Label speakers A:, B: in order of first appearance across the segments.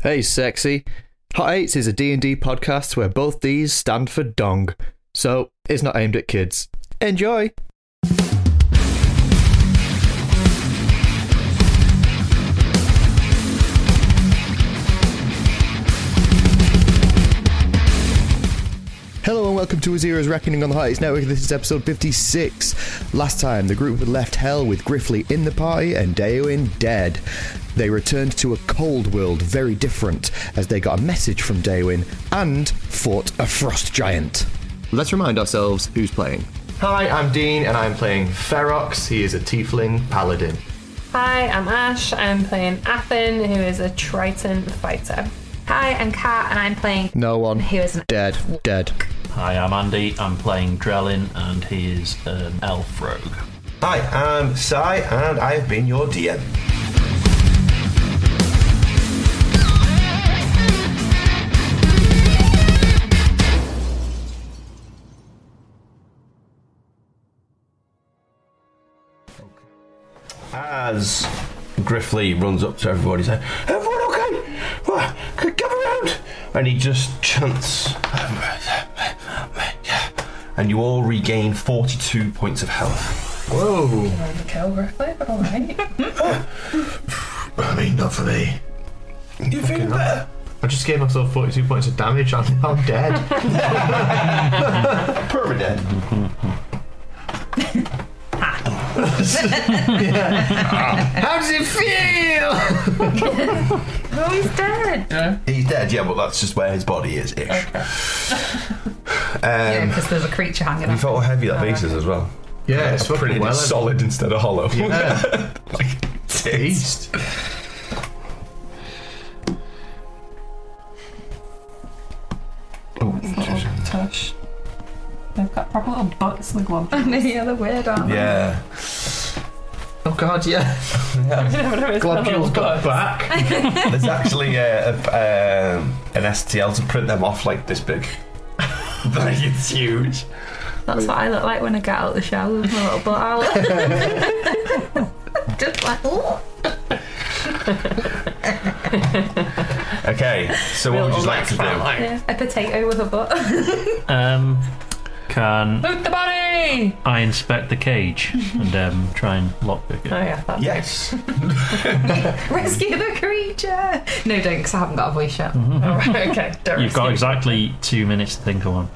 A: Hey, sexy. Hot Eights is a D&D podcast where both these stand for dong, so it's not aimed at kids. Enjoy! Hello and welcome to Azira's Reckoning on the Hot Eights Network. This is episode 56. Last time, the group had left Hell with Griffley in the party and Daewin dead. They returned to a cold world very different as they got a message from Daewin and fought a frost giant. Let's remind ourselves who's playing. Hi, I'm Dean and I'm playing Ferox. He is a tiefling paladin.
B: Hi, I'm Ash. I'm playing Athen, who is a Triton fighter.
C: Hi, I'm Kat, and I'm playing.
A: No one.
C: He was an-
A: Dead. Dead.
D: Hi, I'm Andy. I'm playing Drellin, and he is an elf rogue.
E: Hi, I'm Sai, and I've been your DM. As Griffley runs up to everybody, saying, "Everyone okay? Well, c- Come around!" And he just chants, and you all regain forty-two points of health.
F: I mean, not for me.
E: You feel better?
F: I just gave myself 42 points of damage. I'm now dead.
E: Permanent.
F: How does it feel?
B: Oh, he's dead!
E: He's dead, yeah, but that's just where his body is ish. um,
C: Because there's a creature hanging
E: you
C: out.
E: felt how heavy that base is as well.
F: Yeah, it's
E: I printed
F: fucking well.
E: it solid instead of hollow.
F: Yeah.
E: like, tits.
F: Beast.
B: Touch. They've got proper little butts in the glove.
C: yeah, they're weird, aren't they?
E: Yeah.
F: Oh god, yeah. Globules got back.
E: There's actually uh, a, um, an STL to print them off like this big. like it's huge.
C: That's what I look like when I get out of the shower with my little butt out. Just like, oh, ooh.
E: Okay, so what would you like to do?
C: Yeah, a potato with a butt.
D: Um, can
B: Loot the body!
D: I inspect the cage and um, try and lockpick it?
B: Oh, yeah, that's
E: Yes.
C: Rescue the creature! No, don't, because I haven't got a voice yet.
B: alright. Okay, don't
D: You've got exactly two minutes to think of one.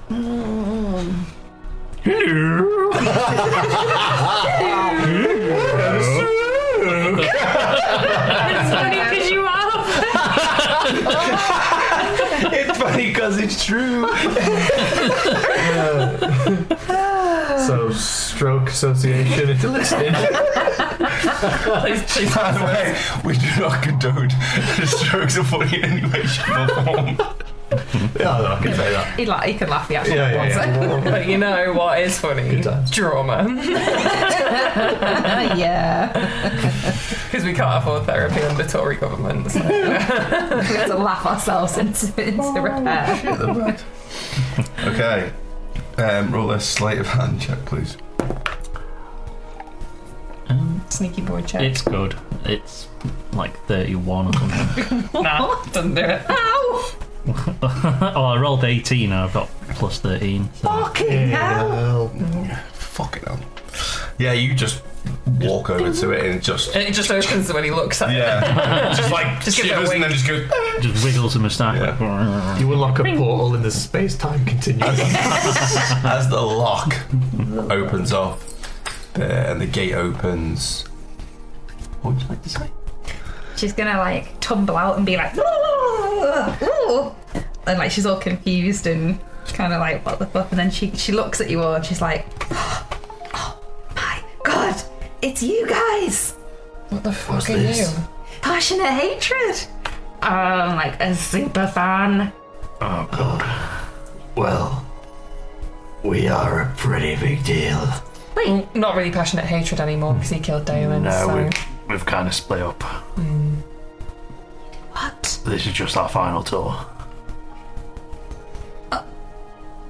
D: Hello.
B: It's funny because you are!
E: it's funny because it's true.
F: So, stroke association, if you're listening.
B: Please, please.
E: By the way, we do not condone strokes of funny in any way, shape, or form.
F: Yeah, no, I can say that.
C: He, la- he could laugh the actual
F: Yeah, yeah,
C: ones.
F: yeah.
B: But you know what is funny?
F: times.
B: Drama.
C: Yeah.
B: Because we can't afford therapy under Tory government. So.
C: We have to laugh ourselves into, into repair.
E: Okay. Um, roll a sleight of hand check, please.
B: Sneaky boy check.
D: It's good. It's like 31 or something.
B: nah, doesn't do it.
C: Ow!
D: oh, I rolled 18 and I've got plus 13. So.
C: Fucking hell!
E: Fuck it hell. Yeah, you just walk over to it and just.
B: It just opens when he looks at it.
E: Yeah. just like
B: Just give it a
E: shivers and then
B: wink.
E: just goes.
D: Just wiggles the moustache. like,
F: You unlock a portal in the space time continuum.
E: As the lock opens up there and the gate opens. What would you like to say?
C: She's gonna like tumble out and be like, ooh, and like she's all confused and kind of like, what the fuck? And then she she looks at you all and she's like, oh my god, it's you guys,
B: What the fuck
F: are this? you?
C: passionate hatred. I'm like a super fan.
F: Oh, well, we are a pretty big deal.
B: Not really passionate hatred anymore because he killed Dalen.
G: No,
B: so.
G: we've, we've kind of split up.
C: What?
G: This is just our final tour.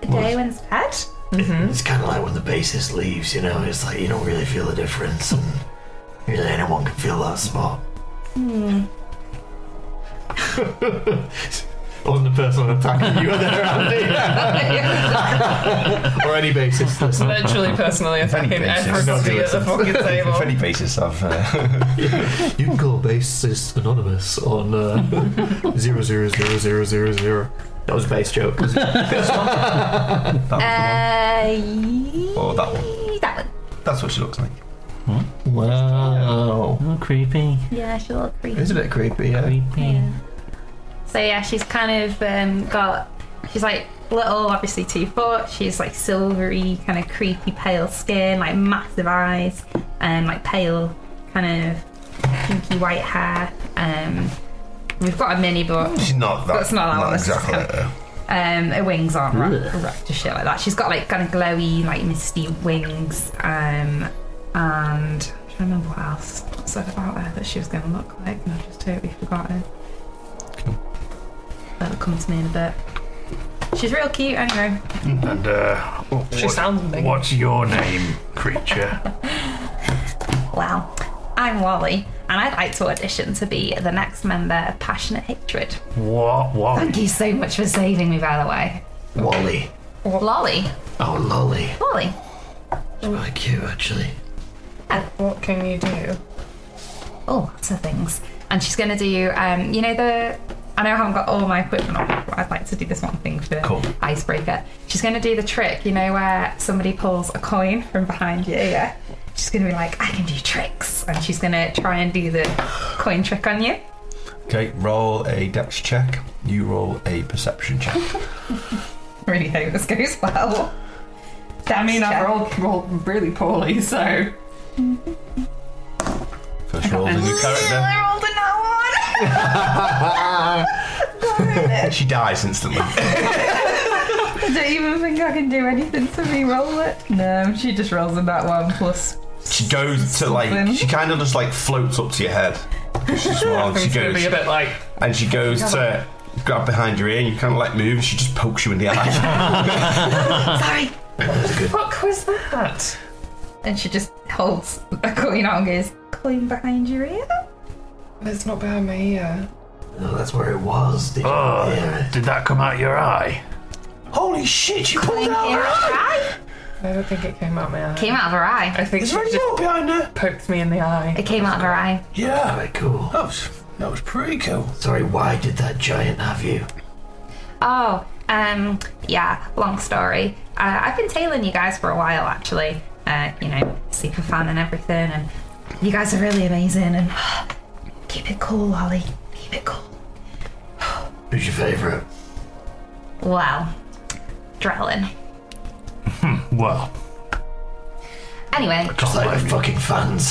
C: Daywin's dead.
F: It's kind of like when the bassist leaves, you know, it's like you don't really feel the difference, and really anyone can feel that spot. Wasn't a personal attack on you there, Andy. or any basis. listen.
B: Literally personally attacking
E: basis.
B: everybody at the fucking
E: If
B: table.
E: any basis of uh,
F: You can call basis anonymous on uh, zero zero zero zero zero zero. That was a base joke.
E: that
C: Uh,
E: one, or Oh, that one.
C: that one.
E: That's what she looks like.
F: Wow.
D: Oh, creepy.
C: Yeah, she looked creepy.
F: It is a bit creepy, yeah.
D: Creepy.
C: Yeah. So yeah, she's kind of um, got. She's like little, obviously two foot. She's like silvery, kind of creepy pale skin, like massive eyes, and like pale, kind of pinky white hair. Um, we've got a mini, but
E: She's not that.
C: That's not that one, that's
E: exactly
C: just
E: like her.
C: um, her wings aren't wrapped, wrapped or shit like that. She's got like kind of glowy, like misty wings, um, and I'm trying to remember what else I said about her that she was going to look like, and I just totally forgot it. That'll come to me in a bit. She's real cute, anyway.
G: And uh, what,
B: She sounds big.
G: what's your name, creature?
C: Well, I'm Wally, and I'd like to audition to be the next member of Passionate Hatred.
G: what? What?
C: Thank you so much for saving me, by the way.
F: Wally.
C: Lolly,
F: Oh, Lolly.
C: Lolly.
F: It's quite cute, actually.
B: What can you do?
C: all Oh, lots of things. And she's going to do, um, you know, the. I know I haven't got all my equipment on, but I'd like to do this one thing for
E: Cool.
C: icebreaker. She's going to do the trick, you know, where somebody pulls a coin from behind you. Yeah. She's going to be like, I can do tricks. And she's going to try and do the coin trick on you.
E: Okay, roll a dex check. You roll a perception check.
C: Really hope this goes well.
H: I mean, I
C: Check.
H: rolled, rolled really poorly, so
E: First roll is a new character.
C: I rolled a nat
E: She dies instantly.
C: one. I don't even think I can do anything to re-roll it. No, she just rolls in that one plus.
E: She goes to like. She kind of just like floats up to your head. She's wild. She
B: It's gonna
E: goes
B: be a bit like
E: and she goes to grab behind your ear and you kind of like move and she just pokes you in the eye.
C: Sorry.
B: Fuck was that?
C: And she just holds a coin out and goes, coin behind your ear?
B: It's not behind my ear.
F: No, that's where it was. Did you
G: Oh,
F: hear
G: did that come out your eye?
F: it? Holy shit, you pulled it out!
C: Came
F: her
C: out of her
F: eye!
C: eye.
B: I don't think it came out my eye.
C: Came out of her eye.
B: I think
E: There's
B: she
E: already
B: just
E: no behind her.
B: poked me in the eye.
C: It came out of her eye.
E: Yeah.
F: Alright, cool.
E: That was, that was pretty cool.
F: Sorry, why did that giant have you?
C: Oh, um, yeah, long story. Uh, I've been tailing you guys for a while, actually. Uh, you know, super fan and everything, and you guys are really amazing. And keep it cool, Ollie. Keep it cool.
F: Who's your favourite?
C: Well, Drellin.
G: Well,
C: Anyway,
F: Just like my fucking fans.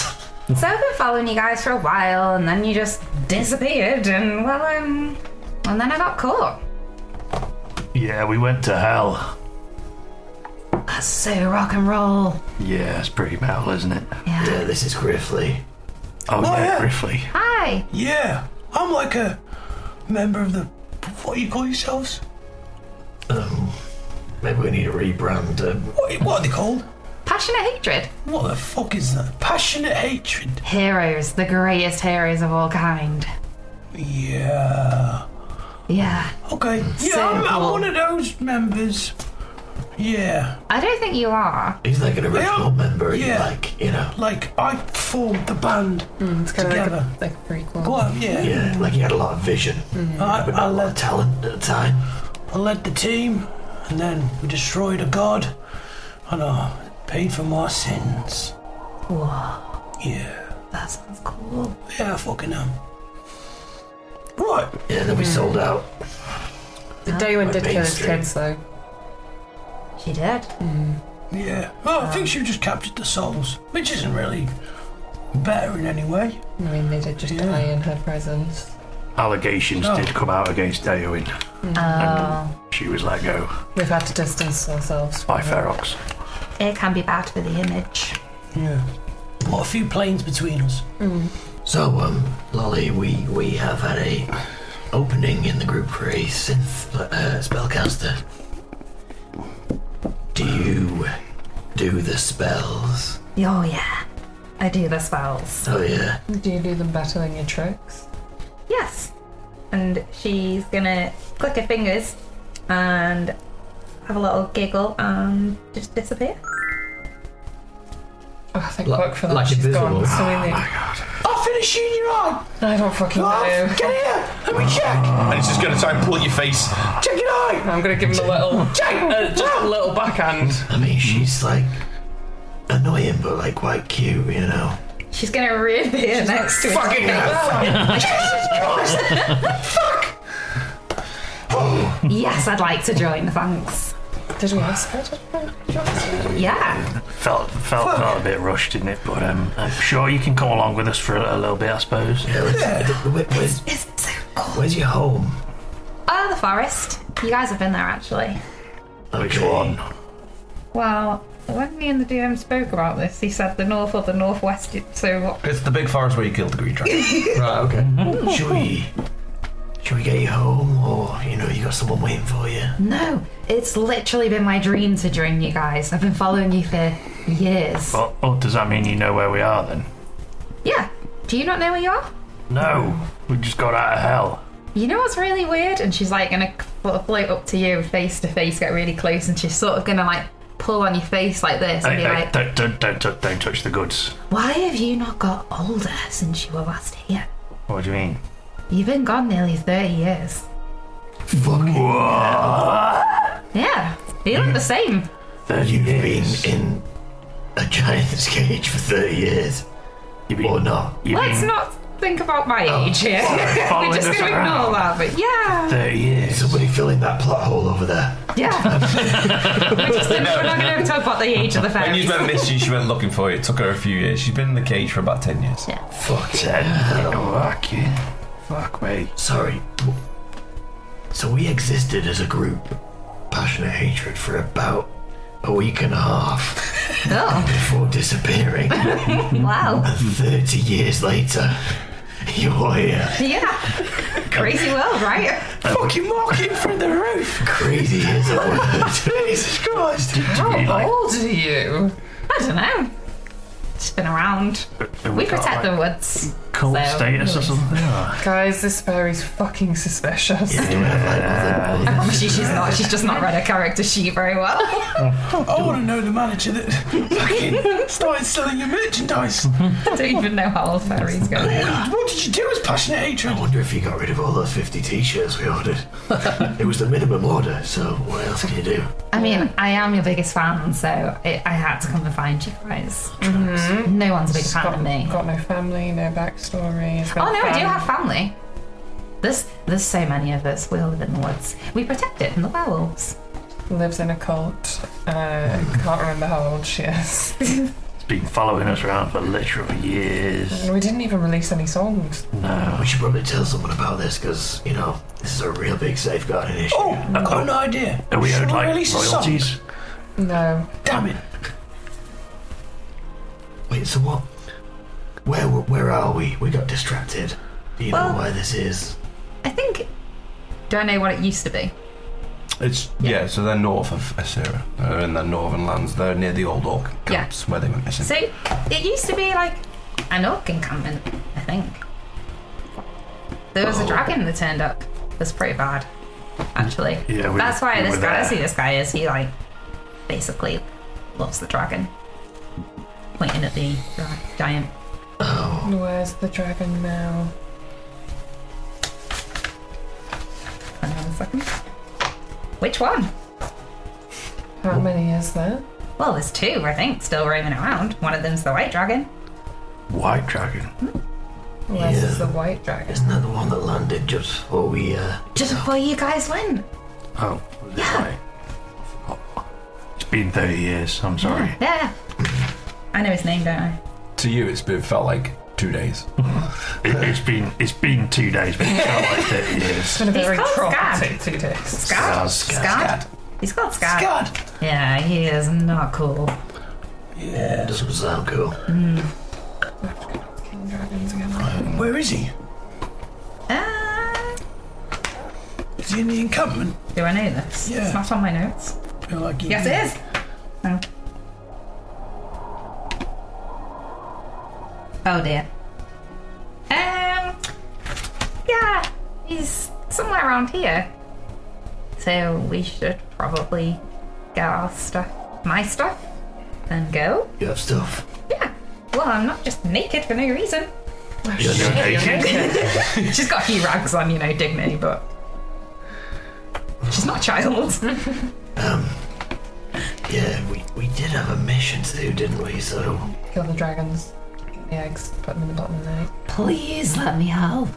C: So I've been following you guys for a while, and then you just disappeared, and well, um, and then I got caught.
G: yeah, we went to hell.
C: That's so rock and roll.
G: Yeah, it's pretty metal, isn't it?
C: Yeah.
F: Yeah, Uh, this is Griffley.
G: Oh, yeah,
E: yeah.
G: briefly.
C: Hi.
E: Yeah. I'm like a member of the. What do you call yourselves?
F: Um, maybe we need a rebrand. Um,
E: What, what are they called?
C: Passionate hatred.
E: What the fuck is that? Passionate hatred.
C: Heroes, the greatest heroes of all kind.
E: Yeah.
C: Yeah.
E: Okay. Yeah,
C: So
E: I'm, I'm
C: cool.
E: one of those members. Yeah.
C: I don't think you are.
F: he's like an
E: Yeah.
F: original member,
E: Yeah.
F: like, you know.
E: Like, I formed the band
B: Mm, It's kind of like
E: together.
B: a, like a prequel.
E: Well, yeah.
F: Yeah, like he had a lot of vision,
B: Mm.
E: I,
F: but
E: I
F: not a lot of
E: led,
F: talent at the time.
E: I led the team, and then we destroyed a god, and I paid for my sins.
C: Whoa,
E: Yeah.
C: that sounds cool.
E: Yeah, I fucking am. Right.
F: Yeah, then we
B: Mm.
F: sold out.
B: The Daywin did kill his
F: Mainstream.
B: kids though.
C: She did.
E: Yeah. Well, I think she just captured the souls, which isn't really better in any way.
B: I mean, they did just
E: Yeah.
B: die in her presence.
G: Allegations
E: Oh.
G: did come out against Daewin.
C: Oh,
G: She was let go
B: Mm. We've had to distance ourselves.
G: by
B: from her.
G: Ferox.
C: it can be bad for the image.
E: Yeah. What a few planes between us.
F: So, um, Lolly, we we have had a opening in the group for a synth uh, spellcaster. Do you do the spells?
C: Oh yeah, I do the spells.
F: Oh yeah,
B: Do you do them better than your tricks?
C: Yes. and she's gonna click her fingers and have a little giggle and just disappear.
B: Oh, thank
F: Like-
B: fuck for that.
F: like
B: She's
F: invisible.
B: gone. So in
E: I'll finish you in your eye.
B: I don't fucking know.
E: Love, get here. Let me check. And it's just going to try and pull at your face. Check your eye.
B: I'm gonna give him a little, uh, just a little backhand.
F: I mean, she's like annoying, but like quite cute, you know.
C: She's gonna reappear next to it.
E: Fucking hell.
C: Yes, I'd like to join. Thanks.
B: Did we ask her? to-
C: Yeah.
G: Felt felt, felt a bit rushed, didn't it? But um, I'm sure you can come along with us for a, a little bit, I suppose.
F: Yeah, let's- where- where's,
C: It's so cool.
F: where's your home?
C: Oh, the forest. You guys have been there actually.
G: Which
F: Okay.
G: one?
C: Well, when me and the DM spoke about this, he said the north or the northwest. So
E: It's the big forest where you killed the green dragon. right, okay.
F: Should we? Should we get you home, or you know, you got someone waiting for you?
C: no, it's literally been my dream to join you guys. I've been following you for years.
G: Oh, oh, does that mean you know where we are then?
C: Yeah. Do you not know where you are?
G: No, we just got out of hell.
C: You know what's really weird? And she's like gonna flo- float up to you face to face, get really close, and she's sort of gonna like pull on your face like this and
G: Hey,
C: be
G: hey,
C: like,
G: don't, don't, don't, tou- don't touch the goods.
C: Why have you not got older since you were last here?
G: What do you mean?
C: You've been gone nearly 30 years. Yeah, you look the same.
G: Thirty
F: You've
G: years.
F: been in a giant's cage for thirty years,
G: You've
F: or
G: been,
F: not?
G: you've
C: Let's
G: been
C: not think about my age here.
G: following
C: We're just
G: us
C: gonna ignore
G: around.
C: that, but yeah.
G: thirty years.
F: Somebody fill in that plot hole over there.
C: Yeah. we're, just, we're not gonna talk about the age of the
E: When
C: fairies.
E: you went missing, she went looking for you. It took her a few years. She's been in the cage for about 10 years.
F: Fuck
G: Ten.
F: yeah.
G: Fuck you. Fuck me.
F: Sorry. So we existed as a group, passionate hatred, for about a week and a half
C: Oh,
F: before disappearing.
C: wow.
F: Thirty years later, you're here.
C: Yeah. Crazy world, right?
G: Oh.
E: Fucking walking through the roof.
F: Crazy is a word.
E: Jesus Christ. Oh,
B: How old are you?
C: I don't know. It's been around. We protect the woods.
G: Cult
C: so-
G: status or something.
B: Guys, this fairy's fucking suspicious.
C: I promise you, she's not. She's just not read her character sheet very well.
E: I want to know the manager that fucking started selling your merchandise.
C: I don't even know how old fairies go.
E: What did you do as passionate hatred?
F: I wonder if you got rid of all those 50 t shirts we ordered. it was the minimum order, so what else can you do?
C: I mean, I am your biggest fan, so it, I had to come and find you guys. No one's a bigger fan
B: Got,
C: than me.
B: got no family, no backstory. it's been
C: Oh no, I
B: fun.
C: do have family. There's there's so many of us. We all live in the woods. We protect it from the werewolves.
B: Lives in a cult. Uh, can't remember how old she is.
G: It's been following us around for literal years.
B: And we didn't even release any songs.
G: No.
F: We should probably tell someone about this because, you know, this is a real big safeguarding issue.
E: Oh, I've got an idea.
G: Are we
E: Should
G: owed
E: we
G: like
E: release a song?
G: royalties?
B: No.
E: Damn it.
F: Wait, so what? Where w- where are we? We got distracted. Do you
C: Well-
F: know why this is?
C: I think. Do I know what it used to be?
E: It's yeah. So they're north of Asira. They're in the northern lands. They're near the old orc
C: Yeah.
E: camps where they went missing.
C: So it used to be like an orc encampment, I think. There
G: Oh.
C: was a dragon that turned up. That's pretty bad, actually.
G: Yeah, we-
C: That's why
G: we
C: this
G: were
C: guy.
G: there.
C: That's who this guy is. He like basically loves the dragon, pointing at the dra- giant.
G: Oh.
B: Where's the dragon now?
C: Hang on a second. Which one?
G: Oh.
B: How many is there?
C: Well, there's two, I think, still roaming around. One of them's the white dragon.
G: White dragon.
B: Where's
F: Yeah.
B: the white dragon?
F: Isn't that the one that landed just before we, uh.
C: Just before you guys went.
G: Oh, was it right? It's been 30 years. I'm sorry.
C: Yeah. I know his name, don't I?
E: to you, it's been felt like two days.
G: It, it's been it's been two days, but it felt like 30 years.
B: Been a
C: He's
B: very
C: called
B: traumatic two days.
C: Scad.
G: Scad.
C: Scad. He's called Scad.
E: God.
C: Yeah, he is not cool. Hmm.
E: Yeah.
F: Doesn't sound cool.
B: King dragons again.
E: Where is he?
C: Uh,
E: Is he in the encampment?
C: do I know this?
E: Yeah.
C: It's not on my notes.
E: I feel like he-
C: Yes, it is. Oh. Oh dear. Um. Yeah. He's somewhere around here. So we should probably get our stuff, my stuff, and go.
F: You have stuff.
C: Yeah. Well, I'm not just naked for no reason. She's got a few rags on, you know, dignity, but she's not a child.
F: Yeah, we, we did have a mission to do, didn't we? So
H: Kill the dragons. The eggs. Put them in the bottom of the night.
I: Please let me help.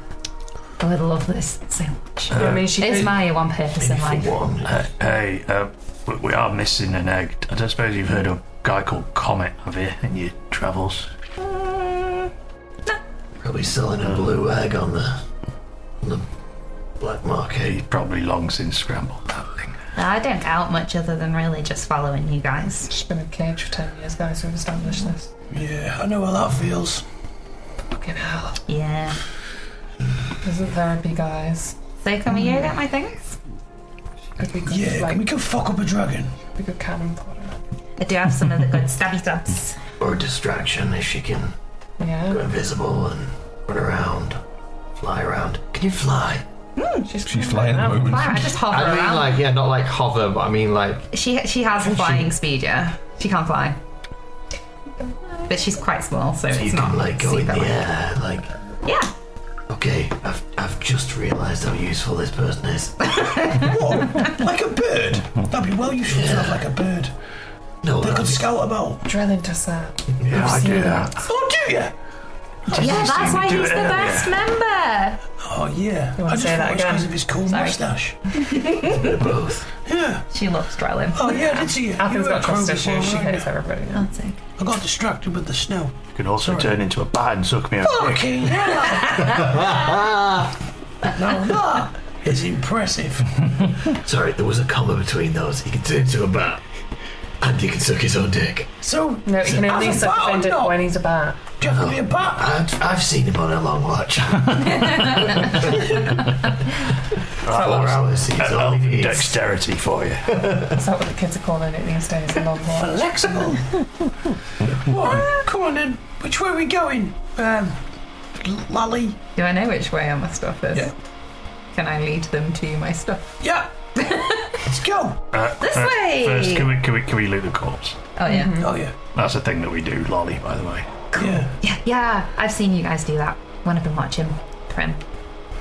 C: Oh,
I: I would love this so much.
H: Uh,
B: I mean, she
I: It's
B: could-
I: my one purpose in life.
F: for one,
G: Uh, hey, uh, we- we are missing an egg. I don't suppose you've heard of a guy called Comet, have you, in your travels?
F: probably selling a blue egg on the, on the black market.
G: He's probably long since scrambled that thing.
C: I don't out much other than really just following you guys.
H: She's been in a cage for 10 years, guys. We've established this.
F: Yeah, I know how that feels.
H: Fucking hell.
C: Yeah.
H: This is therapy, guys.
C: So can we go get my things?
H: If we could, like,
F: go fuck up a dragon?
H: we could cannon fodder.
C: I do have some of the good stabby stabs.
F: Or a distraction if she can go
H: Yeah.
F: invisible and run around, fly around. Can you fly?
E: She's flying at the moment.
C: Why I just hover
J: I mean,
C: around?
J: like, yeah, not like hover, but I mean, like,
C: she she has a flying speed, yeah. She can't fly, but she's quite small, so
F: You
C: it's not
F: can like go in
C: super
F: the
C: light.
F: air, like.
C: Yeah.
F: Okay, I've, I've just realised how useful this person is.
E: What? Like a bird? That'd be well useful to have like a bird.
F: No,
E: They
F: that'd
E: could
F: be-
E: scout about.
H: Drillin does that.
G: Yeah, I do that.
E: Oh, do you?
C: Yeah, that's why
G: do
C: he's
G: it
C: the
G: earlier.
C: best member.
E: Oh, yeah.
H: wanna
E: I just
H: say that
E: thought
H: again?
E: it was because of his cool moustache.
F: both.
E: Yeah.
C: She loves Drylin.
E: Oh, yeah, I did see you. You
H: Athens
E: were
H: got
E: at
H: trust
E: Kroger
H: issues. She
E: for a while.
H: hates everybody. now.
E: I got distracted with the snow.
G: You can also turn into a bat and suck me up.
E: Okay. now that is impressive.
F: Sorry, there was a comma between those. He can turn into a bat, and he can suck his own dick.
E: So,
B: No, he can
E: as
B: only
E: a
G: Oh,
B: suck
E: bat or
B: his dick
E: not?
B: when he's a bat.
E: Do you have to be a bat?
F: Oh, I've, I've seen him on a long watch. Four hours. He's
G: Uh,
F: all
G: elven
F: he eats.
G: dexterity for you.
H: Is that what the kids are calling it these days? A long walk.
E: Flexible. what? Come on then. Which way are we going? Um, Lally.
C: Do I know which way my stuff is?
E: Yeah.
C: Can I lead them to my stuff?
E: Yeah. Let's go.
G: Uh,
C: This
G: uh,
C: way!
G: First, can we, can, we, can we loot the corpse?
C: Oh yeah.
E: Oh yeah.
G: That's a thing that we do, Lolly, by the way.
E: Yeah.
C: Yeah, yeah. I've seen you guys do that when I've been watching Prim.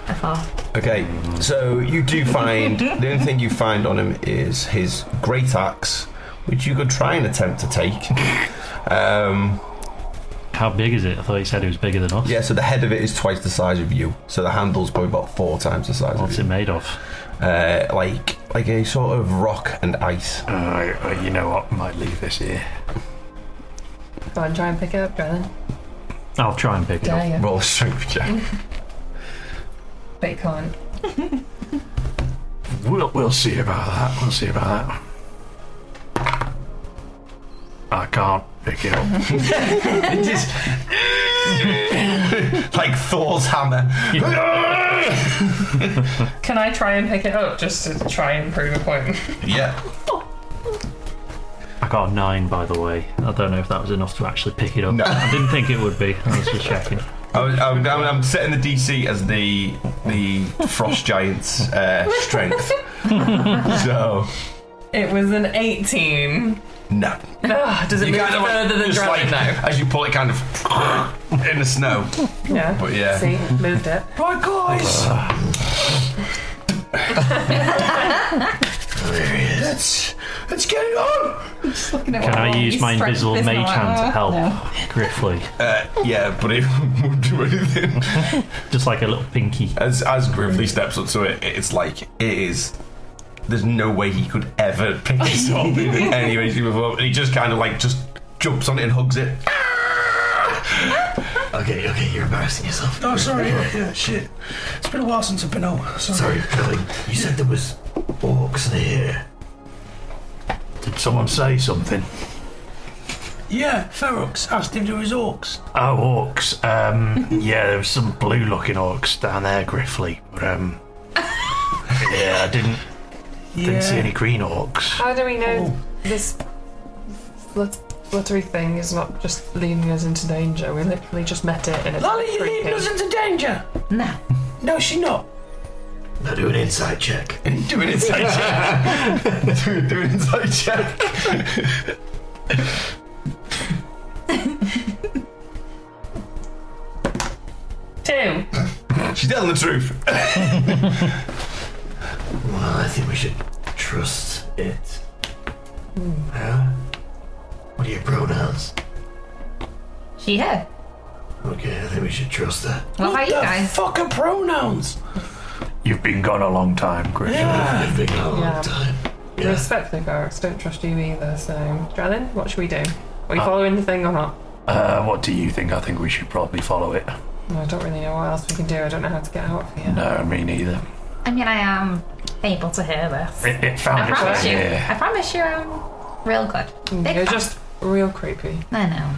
C: Afar.
E: Okay, so you do find the only thing you find on him is his great axe, which you could try and attempt to take. Um,
D: How big is it? I thought you said it was bigger than us.
E: yeah, so the head of it is twice the size of you, so the handle's probably about four times the size
D: What's it
E: of
D: made of?
E: you. Uh, like like a sort of rock and ice.
G: Uh, I- I- you know what? Might leave this here.
H: Go on, try and pick it up, Drillin.
D: I'll try and pick it
H: Dare
D: up.
H: you.
E: Roll a strength check.
H: But you can't.
G: We'll, we'll see about that. We'll see about that. I can't pick it up.
E: It just like Thor's hammer.
H: Can I try and pick it up just to try and prove a point?
E: yeah.
D: I got a nine, by the way. I don't know if that was enough to actually pick it up.
E: No.
D: I didn't think it would be. I was just checking.
E: I was, I'm, I'm, I'm setting the DC as the the frost giant's uh, strength. so
H: It was an 18.
E: no,
H: Ugh, Ah, does it move
E: like,
H: further than
E: just
H: Drillin?
E: like
H: no.
E: as you pull it, kind of in the snow.
H: Yeah.
E: But yeah.
H: See, moved it.
E: Right, guys,
F: There he is.
E: let's let's get it on.
D: Can I
C: Oh,
D: use my invisible mage hand to help Griffley?
E: Uh, yeah, but it won't do anything.
D: Just like a little pinky.
E: As as Griffley steps up to it, it's like it is. There's no way he could ever pick this up in any way, shape, or form. And he just kind of like just jumps on it and hugs it.
F: Okay, okay, you're embarrassing yourself.
E: Oh, sorry. Yeah, shit. It's been a while since I've been out.
F: Sorry, Billy. You said there was orcs near here.
G: Did someone say something?
E: Yeah, Ferox asked him to his orcs.
G: Oh, orcs. Um, yeah, there was some blue-looking orcs down there, Griffley. But um, yeah, I didn't didn't see any green orcs.
H: How do we know this flut- fluttery thing is not just leading us into danger? We literally just met it and it's
E: Lolly, you're leading
H: creepy.
E: us into danger.
C: No.
E: No, she's not.
F: Now do an insight check.
E: do an insight check. do, do an insight check.
B: Two.
E: She's telling the truth.
F: Well, I think we should trust it.
E: Hmm.
F: Huh? What are your pronouns?
C: She here.
F: Okay, I think we should trust that.
C: What about you guys?
E: Fuck are pronouns.
G: You've been gone a long time, Griffin.
E: Ah.
F: It's been a long
H: Yeah.
F: time.
H: You respect the guards, don't trust you either, so. Drellin, what should we do? Are we following the thing or not?
G: Uh, what do you think? I think we should probably follow it.
H: No, I don't really know what else we can do. I don't know how to get out of here.
G: No, me neither.
C: I mean, I am able to hear this.
G: It, it
C: I
G: found its
C: promise
G: way
C: you.
G: here.
C: I promise you, I'm real good. Big
H: Mm, You're
C: fan.
H: just Mm. real creepy.
C: I know.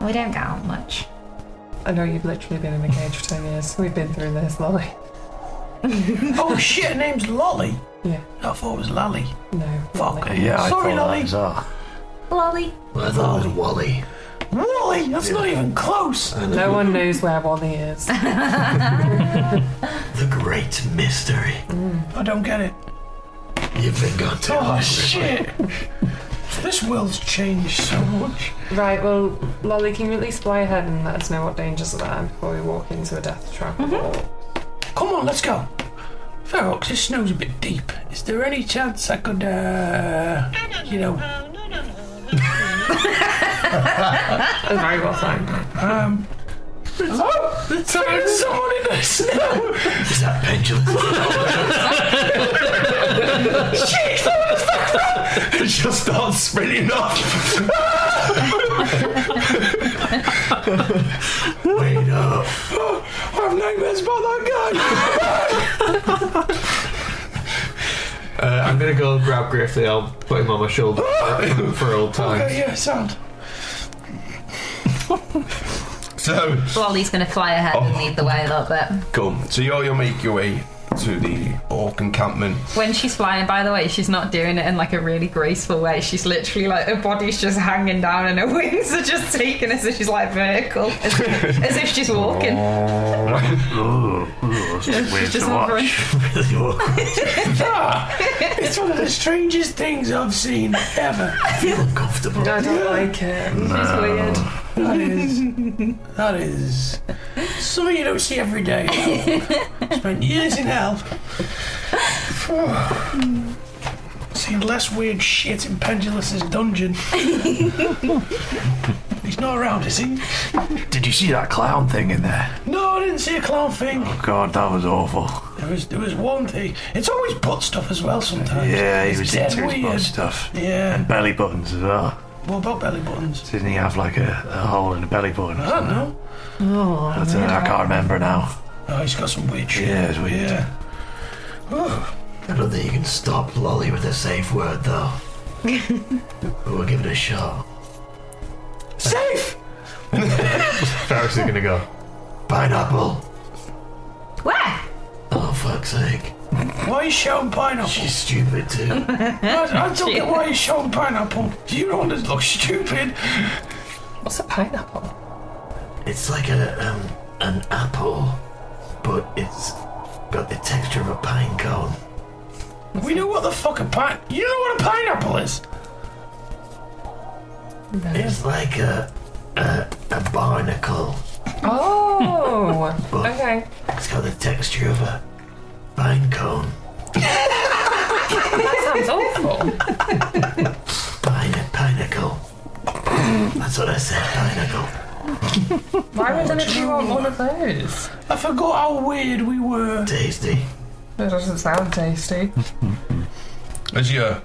C: we don't get out much.
H: I know you've literally been in a cage for 10 years. We've been through this, Lolly.
E: Oh shit, her name's Lolly.
H: Yeah.
E: I thought it was Lally.
H: No.
E: Fuck.
G: Yeah, I
E: Sorry,
G: thought
E: Lolly.
G: that was our-
C: Lolly.
F: Well, I thought it was Wally.
E: Wally, that's not even close.
H: No one knows where Wally is.
F: The great mystery.
E: I don't get it.
F: You've been gone too
E: Oh
F: long.
E: shit. this world's changed so much.
H: right, well, Lolly, can you at least fly ahead and let us know what dangers are there before we walk into a death trap? Or...
E: Come on, let's go. Ferox, this snow's a bit deep. Is there any chance I could, uh, you know,
H: A very well timed.
E: um. Oh, there's someone in the snow!
F: Is that pendulum?
E: Shit, someone is back there! And she'll start sprinting off.
F: Wait up.
E: I have nightmares about that
J: Uh, I'm gonna go grab Griffin. I'll put him on my shoulder for, for old
E: guy!
J: times.
E: Okay, yeah, sound. so,
C: Lolly's gonna fly ahead and lead the way a little bit.
E: cool. So you all, you'll make your way to the orc encampment.
C: When she's flying, by the way, she's not doing it in like a really graceful way. She's literally like her body's just hanging down and her wings are just taken as if she's like vertical, as if, as if she's walking.
G: Ooh, ooh, this is weird
C: she's just
G: to watch.
C: hovering.
F: Really awkward.
E: Ah, It's one of the strangest things I've seen ever.
F: Feel uncomfortable.
H: I don't like it.
C: She's weird.
E: That is. That is. Something you don't see every day. Spent years in hell.
H: Hmm.
E: Seen less weird shit in Pendulus's dungeon. He's not around, is he?
G: Did you see that clown thing in there?
E: No, I didn't see a clown thing.
G: Oh god, that was awful.
E: There was there was one thing. It's always butt stuff as well sometimes.
G: Yeah, he
E: It's
G: was
E: dead
G: into his
E: weird.
G: butt stuff.
E: Yeah.
G: And belly buttons as well.
E: What about belly buttons?
G: Didn't he have like a, a hole in the belly button?
E: I don't know.
G: I, don't know, I can't remember now.
E: Oh, he's got some weird shit.
G: Yeah, it's weird.
E: Yeah. Oh,
F: I don't think you can stop Lolly with a safe word, though. but we'll give it a shot.
E: safe.
J: Ferris is gonna go.
F: Pineapple.
C: Where?
F: Oh, fuck's sake.
E: Why are you showing pineapple?
F: She's stupid, too.
E: I, I don't get why you're showing pineapple. You don't want to look stupid.
H: What's a pineapple?
F: it's like a um, an apple, but it's got the texture of a pine cone.
E: We know what the fuck a pine. You know what a pineapple is.
F: It's like a, a, a barnacle.
H: Oh! okay.
F: It's got the texture of a pine cone.
H: Sounds awful.
F: Pine, pineapple.
H: Hmm.
F: That's what I said, pineapple.
H: Why would anybody want one of those?
E: I forgot how weird we were.
F: Tasty.
H: That doesn't sound tasty.
E: As you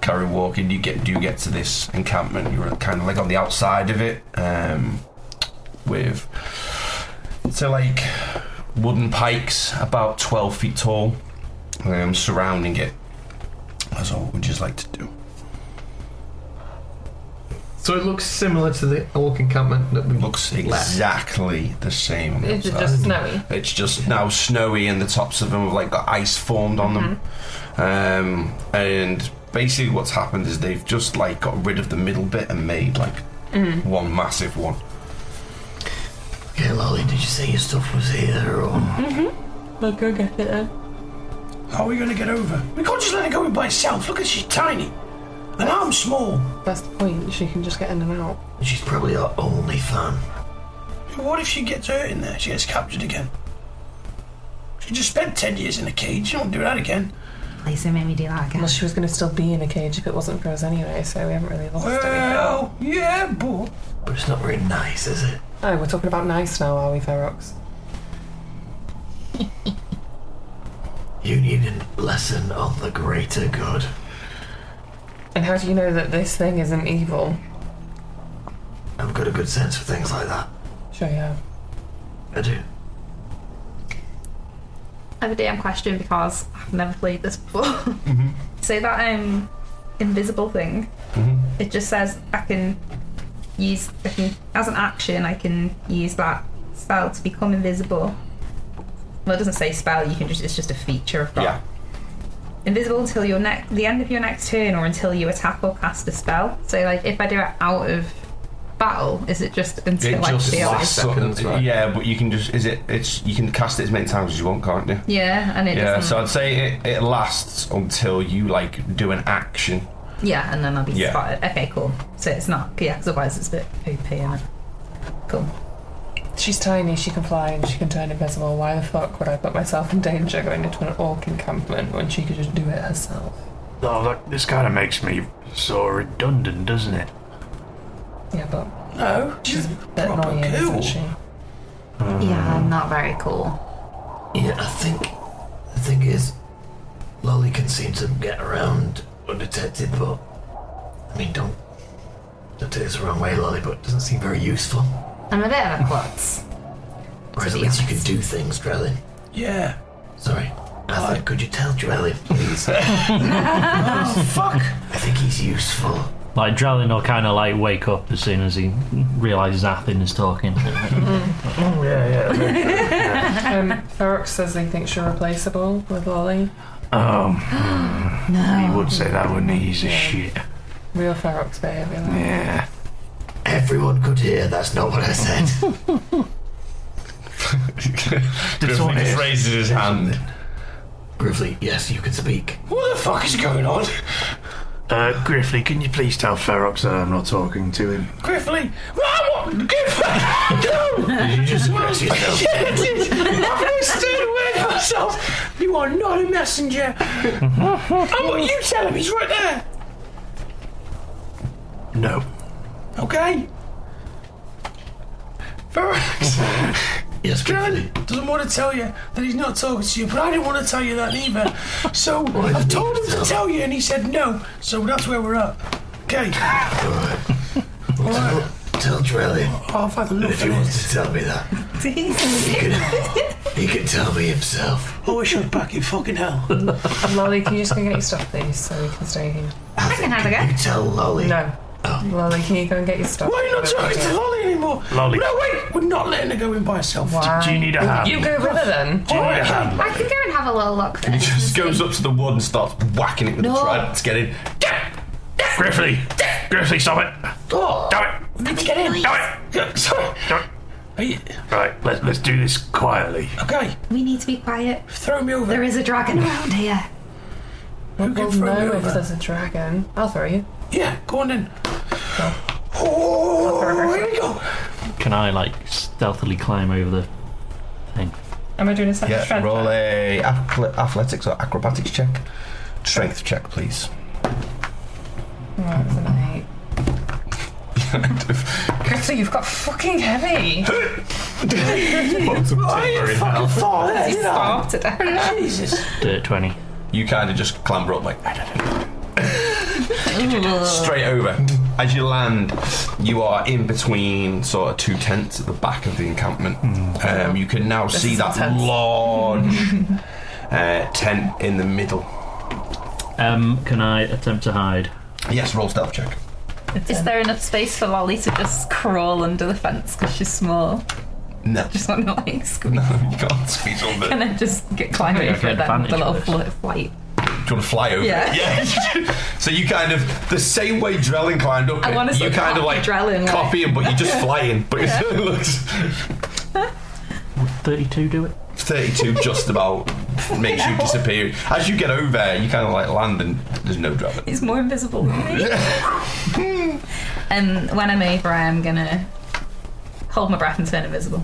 E: carry walking, you get do get to this encampment. You're kind of like on the outside of it, um, with so like wooden pikes about twelve feet tall, um, surrounding it. That's all we just like to do.
J: So it looks similar to the orc encampment that we
E: Looks
J: left.
E: exactly the same. on the
B: Is it
E: outside.
B: just snowy?
E: It's just now snowy, and the tops of them have like got ice formed on them. Um, and basically, what's happened is they've just like got rid of the middle bit and made like one massive one.
F: Okay, Lolly, did you say your stuff was here or?
B: I'll go get it then.
E: How are we gonna get over? We can't just let it go in by itself. Look at she's tiny. And I'm small.
H: That's the point. She can just get in and out.
F: She's probably our only fan.
E: What if she gets hurt in there? She gets captured again. She just spent ten years in a cage. She won't do that again.
I: Please don't make me do that again.
H: Well, she was going to still be in a cage if it wasn't for us anyway, so we haven't really lost anything.
E: Well, yeah, but
F: But it's not very nice, is it?
H: Oh, we're talking about nice now, are we, Ferox?
F: You need a lesson on the greater good.
H: And how do you know that this thing isn't evil?
F: I've got a good sense for things like that.
H: Sure, yeah.
F: I do.
C: I have a damn question because I've never played this before.
E: Mm-hmm.
C: so that um, invisible thing,
E: Mm-hmm.
C: it just says I can use I can, as an action. I can use that spell to become invisible. Well, it doesn't say spell. You can just it's just a feature of that.
E: yeah.
C: Invisible until your next the end of your next turn or until you attack or cast a spell. So like if I do it out of battle, is it just until
J: It
C: I
J: just
C: feel
J: lasts
C: it?
J: seconds, right?
E: Yeah, but you can just is it? It's you can cast it as many times as you want, can't you?
C: Yeah, and it
E: Yeah.
C: doesn't.
E: So I'd say it, it lasts until you like do an action.
C: Yeah, and then I'll be
E: Yeah.
C: spotted. Okay, cool. So it's not, yeah, 'cause otherwise it's a bit OP, isn't it? Cool.
H: She's tiny, she can fly, and she can turn invisible. Why the fuck would I put myself in danger going into an orc encampment when she could just do it herself?
G: Oh, that, this kind of makes me so redundant, doesn't it?
H: Yeah, but
E: No, she's
H: a bit annoying, isn't she?
I: Yeah, not very cool.
F: Yeah, I think the thing is, Lolly can seem to get around undetected, but I mean, don't don't take this the wrong way, Lolly, but it doesn't seem very useful.
I: I'm a bit of a klutz.
F: Whereas at least you can do things, Drellin.
E: Yeah.
F: Sorry, Athan, could you tell Drellin, please? oh, fuck! I think he's useful.
D: Like Drellin will kind of like wake up as soon as he realizes Athen is talking.
G: Oh, yeah, yeah.
H: Um, Ferox says he thinks you're replaceable with Lolly.
G: Um, He would say that, wouldn't he? He's a shit.
H: Real Ferox behaviour. like.
G: Yeah.
F: Everyone could hear, that's not what I said.
E: Griffin
G: Dishonest.
E: just raises his hand.
F: Griffley, yes, you can speak.
E: What the fuck is going on?
G: Uh, Griffley, can you please tell Ferox that I'm not talking to him?
E: Griffley, what? what? Griffin, no!
F: Did you just address yourself?
E: I did. I've no stayed away from myself. You are not a messenger. and what you tell him, he's right there.
G: No.
E: Okay. Ferox
F: Yes, Griffley.
E: doesn't want to tell you that he's not talking to you, but I didn't want to tell you that either. So
F: did
E: I've
F: you
E: told him
F: tell
E: to
F: him?
E: tell you, and he said no. So that's where we're at. Okay.
F: Alright. Tell, tell Drellin.
E: Oh, I've had enough
F: If he
E: of
F: wants
E: this.
F: to tell me that, he can, he can tell me himself.
E: I wish I was Oh, back in fucking hell.
H: Lolly, can you just go get your stuff, please, so we can stay here?
F: I
C: can have a go.
F: You tell Lolly.
H: No. Lolly, can you go and get your stuff?
E: Oh. Why are you not talking to Lolly anymore?
G: Lolly.
E: No, wait, we're not letting her go in by herself.
H: Why?
G: Do you need a hand?
H: You go with her then.
G: Do you need a
E: Alright.
G: hand?
I: I can go and have a little look
E: He
I: first.
E: just goes up to the wood and starts whacking it with
I: No.
E: the trident to get in.
G: Griffley! Griffley, stop it!
E: Oh,
G: Damn it!
E: Let's get in.
G: Damn
E: Yeah, Sorry.
G: Damn it!
E: Are you-
G: Right, let's, let's do this quietly.
E: Okay,
I: We need to be quiet.
E: throw me over.
I: There is a dragon around here.
E: Who can
H: We'll
E: throw me
H: know if
E: over?
H: there's a dragon. I'll throw you.
E: Yeah, go on then. Oh, here we go.
D: Can I like stealthily climb over the thing?
B: Am I doing a second strength?
E: a athletics or acrobatics check. Strength check, please.
H: Right, it's an eight. Griffy, you've got fucking heavy.
C: Started.
E: Jesus.
D: Dirt 20.
E: You kind of just clamber up like straight over. As you land, you are in between sort of two tents at the back of the encampment. Um, you can now see
H: is
E: that
H: intense.
E: large uh, tent in the middle.
D: Um, can I attempt to hide?
E: Yes, roll stealth check.
C: Is there enough space for Lolly to just crawl under the fence because she's small?
E: No,
C: Just not like squeeze.
E: no, you can't squeeze under.
C: And then just get climb
D: I
C: over
D: get
C: it then with a
D: advantage
C: little
D: with this.
C: fl- flight.
E: Do you want to fly over?
C: Yeah.
E: it? yeah. so you kind of the same way Drellin climbed up.
C: I
E: it,
C: wanna say
E: you kind
C: copy
E: of like
C: Drellin, like-
E: copy him, but you're just flying. But it looks
D: 32 do it?
E: 32 just about makes you disappear. As you get over, you kind of like land and there's no dragon.
C: He's more invisible than me. and when I'm over, I'm gonna hold my breath and turn invisible.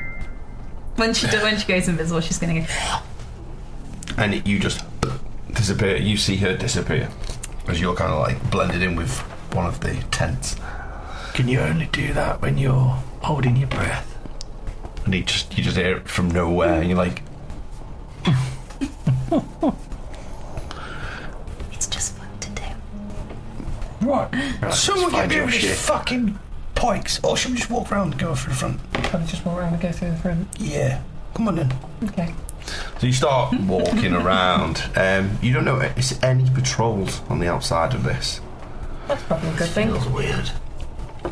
C: when she do, when she goes invisible, she's gonna go.
E: And you just disappear. You see her disappear as you're kind of like blended in with one of the tents.
G: Can you only do that when you're holding your breath?
E: And he just you just hear it from nowhere, and you're like,
C: It's just fun to do.
K: Right.
G: Right,
K: Someone get
G: let's find
K: me
G: your
K: with
G: shit.
K: this fucking pikes. Or should we just walk around and go through the front?
H: Can I just walk around and go through the front?
K: Yeah. Come on then.
H: Okay.
E: So you start walking around. Um, you don't know it's any patrols on the outside of this.
H: That's probably a good thing.
E: weird.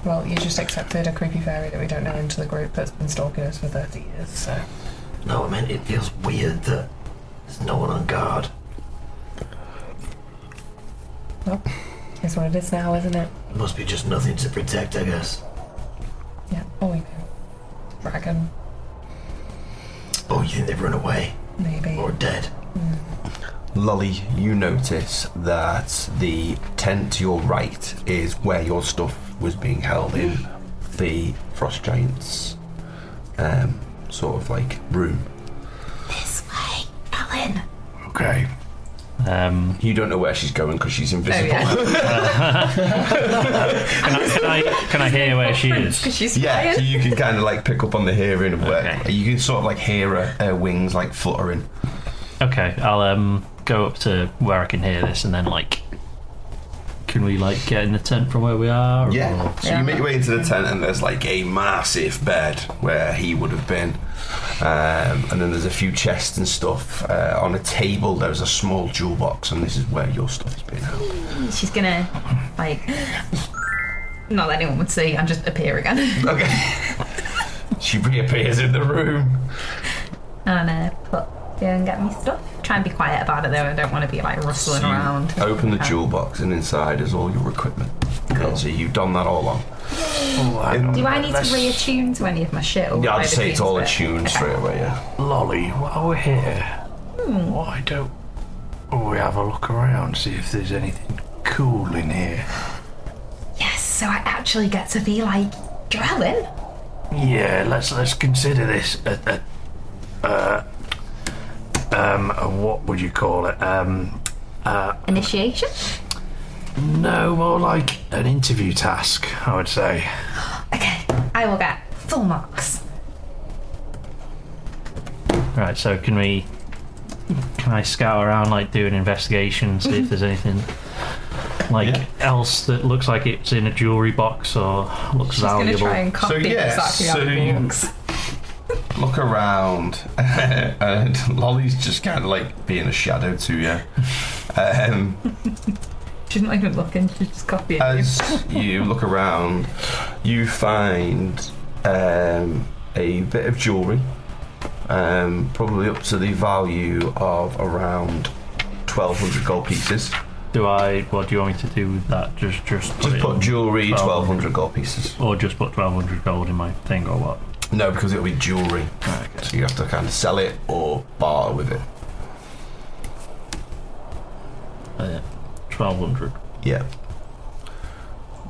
H: Well, you just accepted a creepy fairy that we don't know into the group that's been stalking us for 30 years, so.
F: No, I meant it feels weird that there's no one on guard.
H: Well, it's what it is now, isn't it?
F: There must be just nothing to protect, I guess.
H: Yeah, all we know. Dragon,
F: Oh, you think they've run away?
H: maybe.
F: Or dead?
E: Lolly, you notice that the tent to your right is where your stuff was being held in the frost giants, um, sort of like room.
C: This way, Alan.
G: Okay.
E: Um, you don't know where she's going because she's invisible.
D: Can I, can I, can I hear where she is?
E: yeah, so you can kind of like pick up on the hearing of where you can sort of like hear her, her wings like fluttering.
D: Okay, I'll um go up to where I can hear this, and then like, can we like get in the tent from where we are?
E: Yeah. Oh. So you make your way into the tent, and there's like a massive bed where he would have been. Um, and then there's a few chests and stuff. Uh, on a table, there's a small jewel box, and this is where your stuff is being held.
C: She's gonna like. Not that anyone would see. I'm just appear again.
E: Okay. She reappears in the room.
C: and uh, put go and get me stuff. Try and be quiet about it though. I don't want to be like rustling
E: So you
C: around.
E: Open the
C: Okay.
E: jewel box, and inside is all your equipment. Okay, so you've done that all on. In-
C: Do I need to reattune to any of my shit? Or
E: Yeah, I'll
C: am I
E: just say it's all
C: attuned to it?
E: attuned straight away. Yeah.
G: Lolly, while we're here,
E: Hmm.
G: why don't we have a look around, see if there's anything cool in here?
C: Yes, so I actually get to be like Drellin.
G: Yeah, let's let's consider this a, a, uh, um, a what would you call it? Um, uh,
C: Initiation?
G: no, more like an interview task, I would say.
C: I will get full marks.
D: Right. So can we? Can I scout around, like do an investigation, see if there's anything like else that looks like it's in a jewelry box or looks
C: She's gonna
D: valuable?
C: try and copy
E: So, yeah,
C: exactly
E: so
C: how it
E: you-
C: works.
E: Look around, and Lolly's just kind of like being a shadow to you. Um,
C: She's not even looking. She's just copying.
E: Uh, As you look around, you find um, a bit of jewellery, um, probably up to the value of around 1,200 gold pieces.
D: Do I? What do you want me to do with that? Just, just put,
E: Just
D: it
E: put
D: in
E: jewellery,
D: 1200
E: 1,200 gold pieces.
D: or just put twelve hundred gold in my thing, or what?
E: No, because it'll be jewellery. So you have to kind of sell it or barter with it.
D: Uh, twelve hundred.
E: Yeah.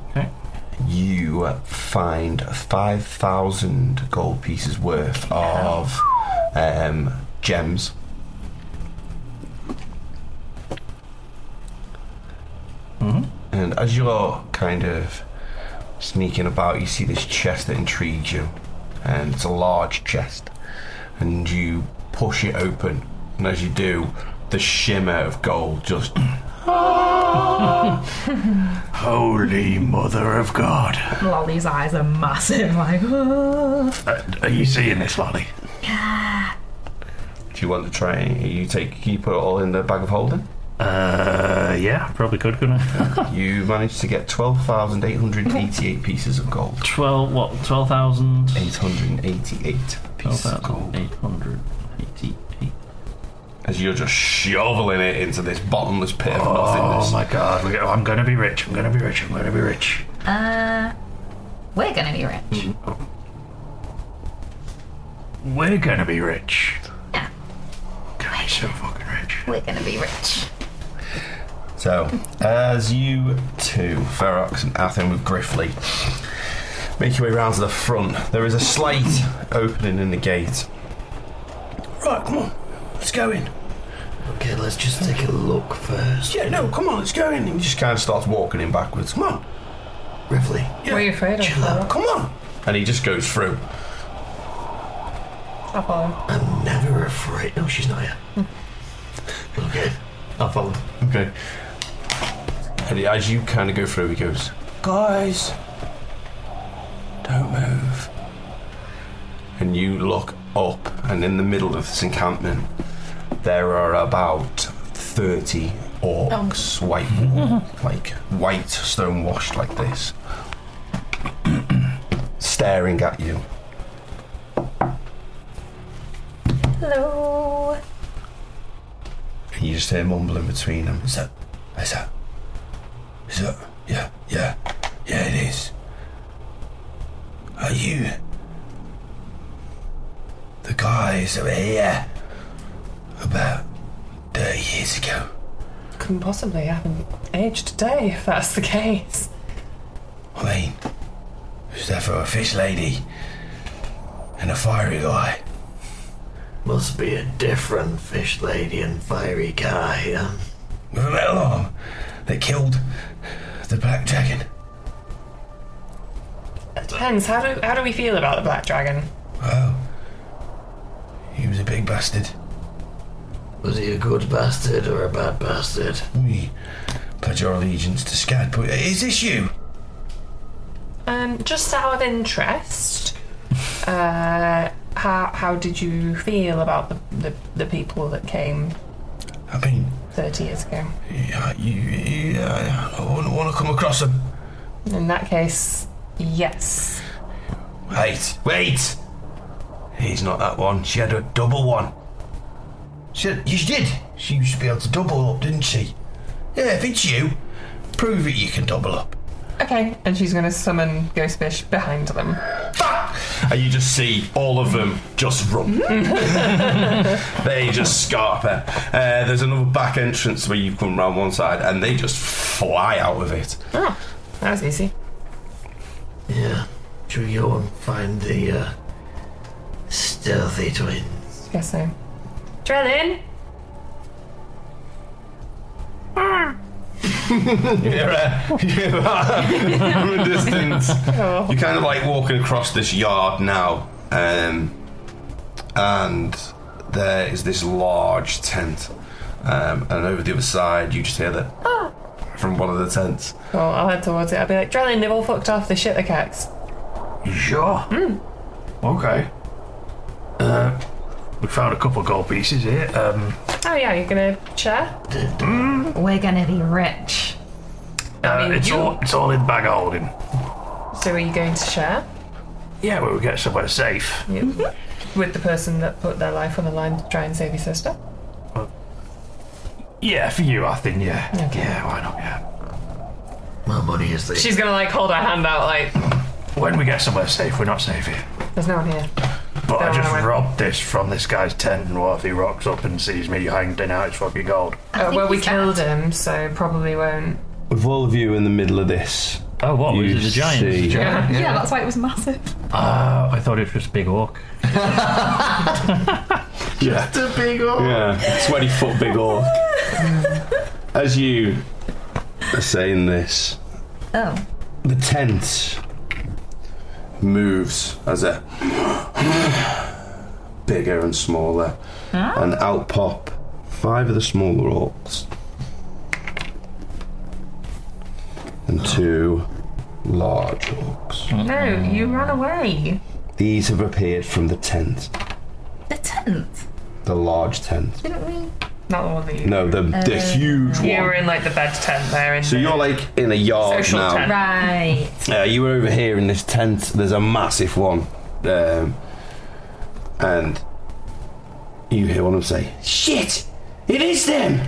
D: Okay.
E: You find 5,000 gold pieces worth of um, gems. And as you're kind of sneaking about, you see this chest that intrigues you. And it's a large chest. And you push it open. And as you do, the shimmer of gold just
G: Holy Mother of God!
C: Lolly's eyes are massive. Like, "Ah."
G: Uh, are you seeing this, Lolly?
E: Do you want to try? You take, you put it all in the bag of holding.
G: Uh, yeah, probably could, couldn't I?
E: you managed to get twelve thousand eight hundred eighty-eight pieces of gold.
D: Twelve. What? Twelve thousand.
E: Eight hundred eighty-eight
D: Twelve
E: pieces of
D: thousand
E: gold.
D: eight hundred eighty-eight.
E: As you're just shoveling it into this bottomless pit of
G: Oh
E: nothingness.
G: my God! we- I'm gonna be rich. I'm gonna be rich. I'm gonna be rich.
C: uh, we're gonna be rich.
G: We're gonna be rich. Gonna be so fucking rich.
C: We're gonna be rich.
E: So, as you two, Ferox and Athen with Griffley, make your way round to the front, there is a slight opening in the gate.
K: Right, come on. Let's go in.
F: Okay, let's just take a look first.
K: Yeah, no, come on, let's go in.
E: He just kind of starts walking in backwards. Come on.
F: Griffley.
H: What are you afraid of? Ferox?
K: Come on.
E: And he just goes through.
H: I'll follow him.
F: I'm never afraid. No, she's not here. okay.
J: I'll follow.
E: Hmm. Okay. And he- as you kind of go through, he goes,
K: Guys, don't move.
E: and you look up, and in the middle of this encampment, there are about 30 orcs, white, like white stone washed like this, staring at you.
C: Hello.
E: And you just hear mumbling between them.
K: Is that? Is that? Is that? Yeah, yeah, yeah. It is. Are you the guys that were here about thirty years ago?
H: Couldn't possibly happen aged today if that's the case.
K: I mean, was there for a fish lady and a fiery guy?
F: Must be a different fish lady and fiery guy. Um,
K: with a metal arm that killed the black dragon.
H: It depends. How do how do we feel about the black dragon?
K: Wow. He was a big bastard.
F: was he a good bastard or a bad bastard?
K: We pledge our allegiance to Scad, but is this you?
H: Um, just out of interest, uh, how how did you feel about the, the, the people that came
K: I mean,
H: thirty years ago?
K: yeah, you, yeah, I wouldn't want to come across him.
H: In that case, yes.
E: Wait, wait! He's not that one. She had a double one.
K: She, you did. She used to be able to double up, didn't she? Yeah, if it's you, prove it you can double up.
H: Okay, and she's going to summon Ghostfish behind them.
E: And you just see all of them just run. they just scarper. Uh, there's another back entrance where you come round one side and they just fly out of it.
H: Oh, that was easy.
F: Yeah. Should we go and find the uh, stealthy twins?
H: Guess so.
B: Drellin,
E: You're, uh, you're from a distance. You're kind of like walking across this yard now, um, and there is this large tent. Um, and over the other side, you just hear that from one of the tents.
H: Cool. I'll head towards it. I'll be like, Drellin, they've all fucked off. They shit the cats.
G: You sure?
B: Hmm.
G: Okay. Uh, we found a couple of gold pieces here. Um,
B: Oh yeah, you're gonna share?
I: We're gonna be rich.
G: uh,
B: mean,
G: it's
B: you-
G: all it's all in bag holding.
B: So are you going to share
G: Yeah, well, we get somewhere safe.
H: With the person that put their life on the line to try and save your sister.
G: Yeah, for you, I think. Yeah.
H: Okay.
G: Yeah, why not? Yeah.
F: My money is the
H: She's going to like hold her hand out like,
G: When we get somewhere safe, we're not safe here.
H: there's no one here.
G: But I
H: Don't
G: just
H: worry.
G: robbed this from this guy's tent, and what if he rocks up and sees me hanging out? It's fucking gold.
H: Uh, well, we
I: he's
H: killed him, so probably won't.
E: With all of you in the middle of this,
D: Oh, what?
E: You
D: was it the giant?
E: see-
D: The giant?
C: Yeah. that's why it was massive.
D: Ah, I thought it was just a big orc.
E: yeah,
F: the big old.
E: yeah, twenty foot big orc. As you are saying this,
C: Oh.
E: the tent moves as a bigger and smaller, and out pop five of the smaller orcs and two large orcs.
B: No, you ran away.
E: These have appeared from the tent,
I: The tent.
E: the large tent.
H: Not the one that you.
E: No, the, the huge
H: You were
E: one.
H: in like the bed tent there. In
E: So
H: the-
E: you're like in a yard
H: Social
E: now.
H: tent.
I: Right.
E: Uh, you were over here in this tent. There's a massive one, um, and you hear one of them say, "Shit! It is them!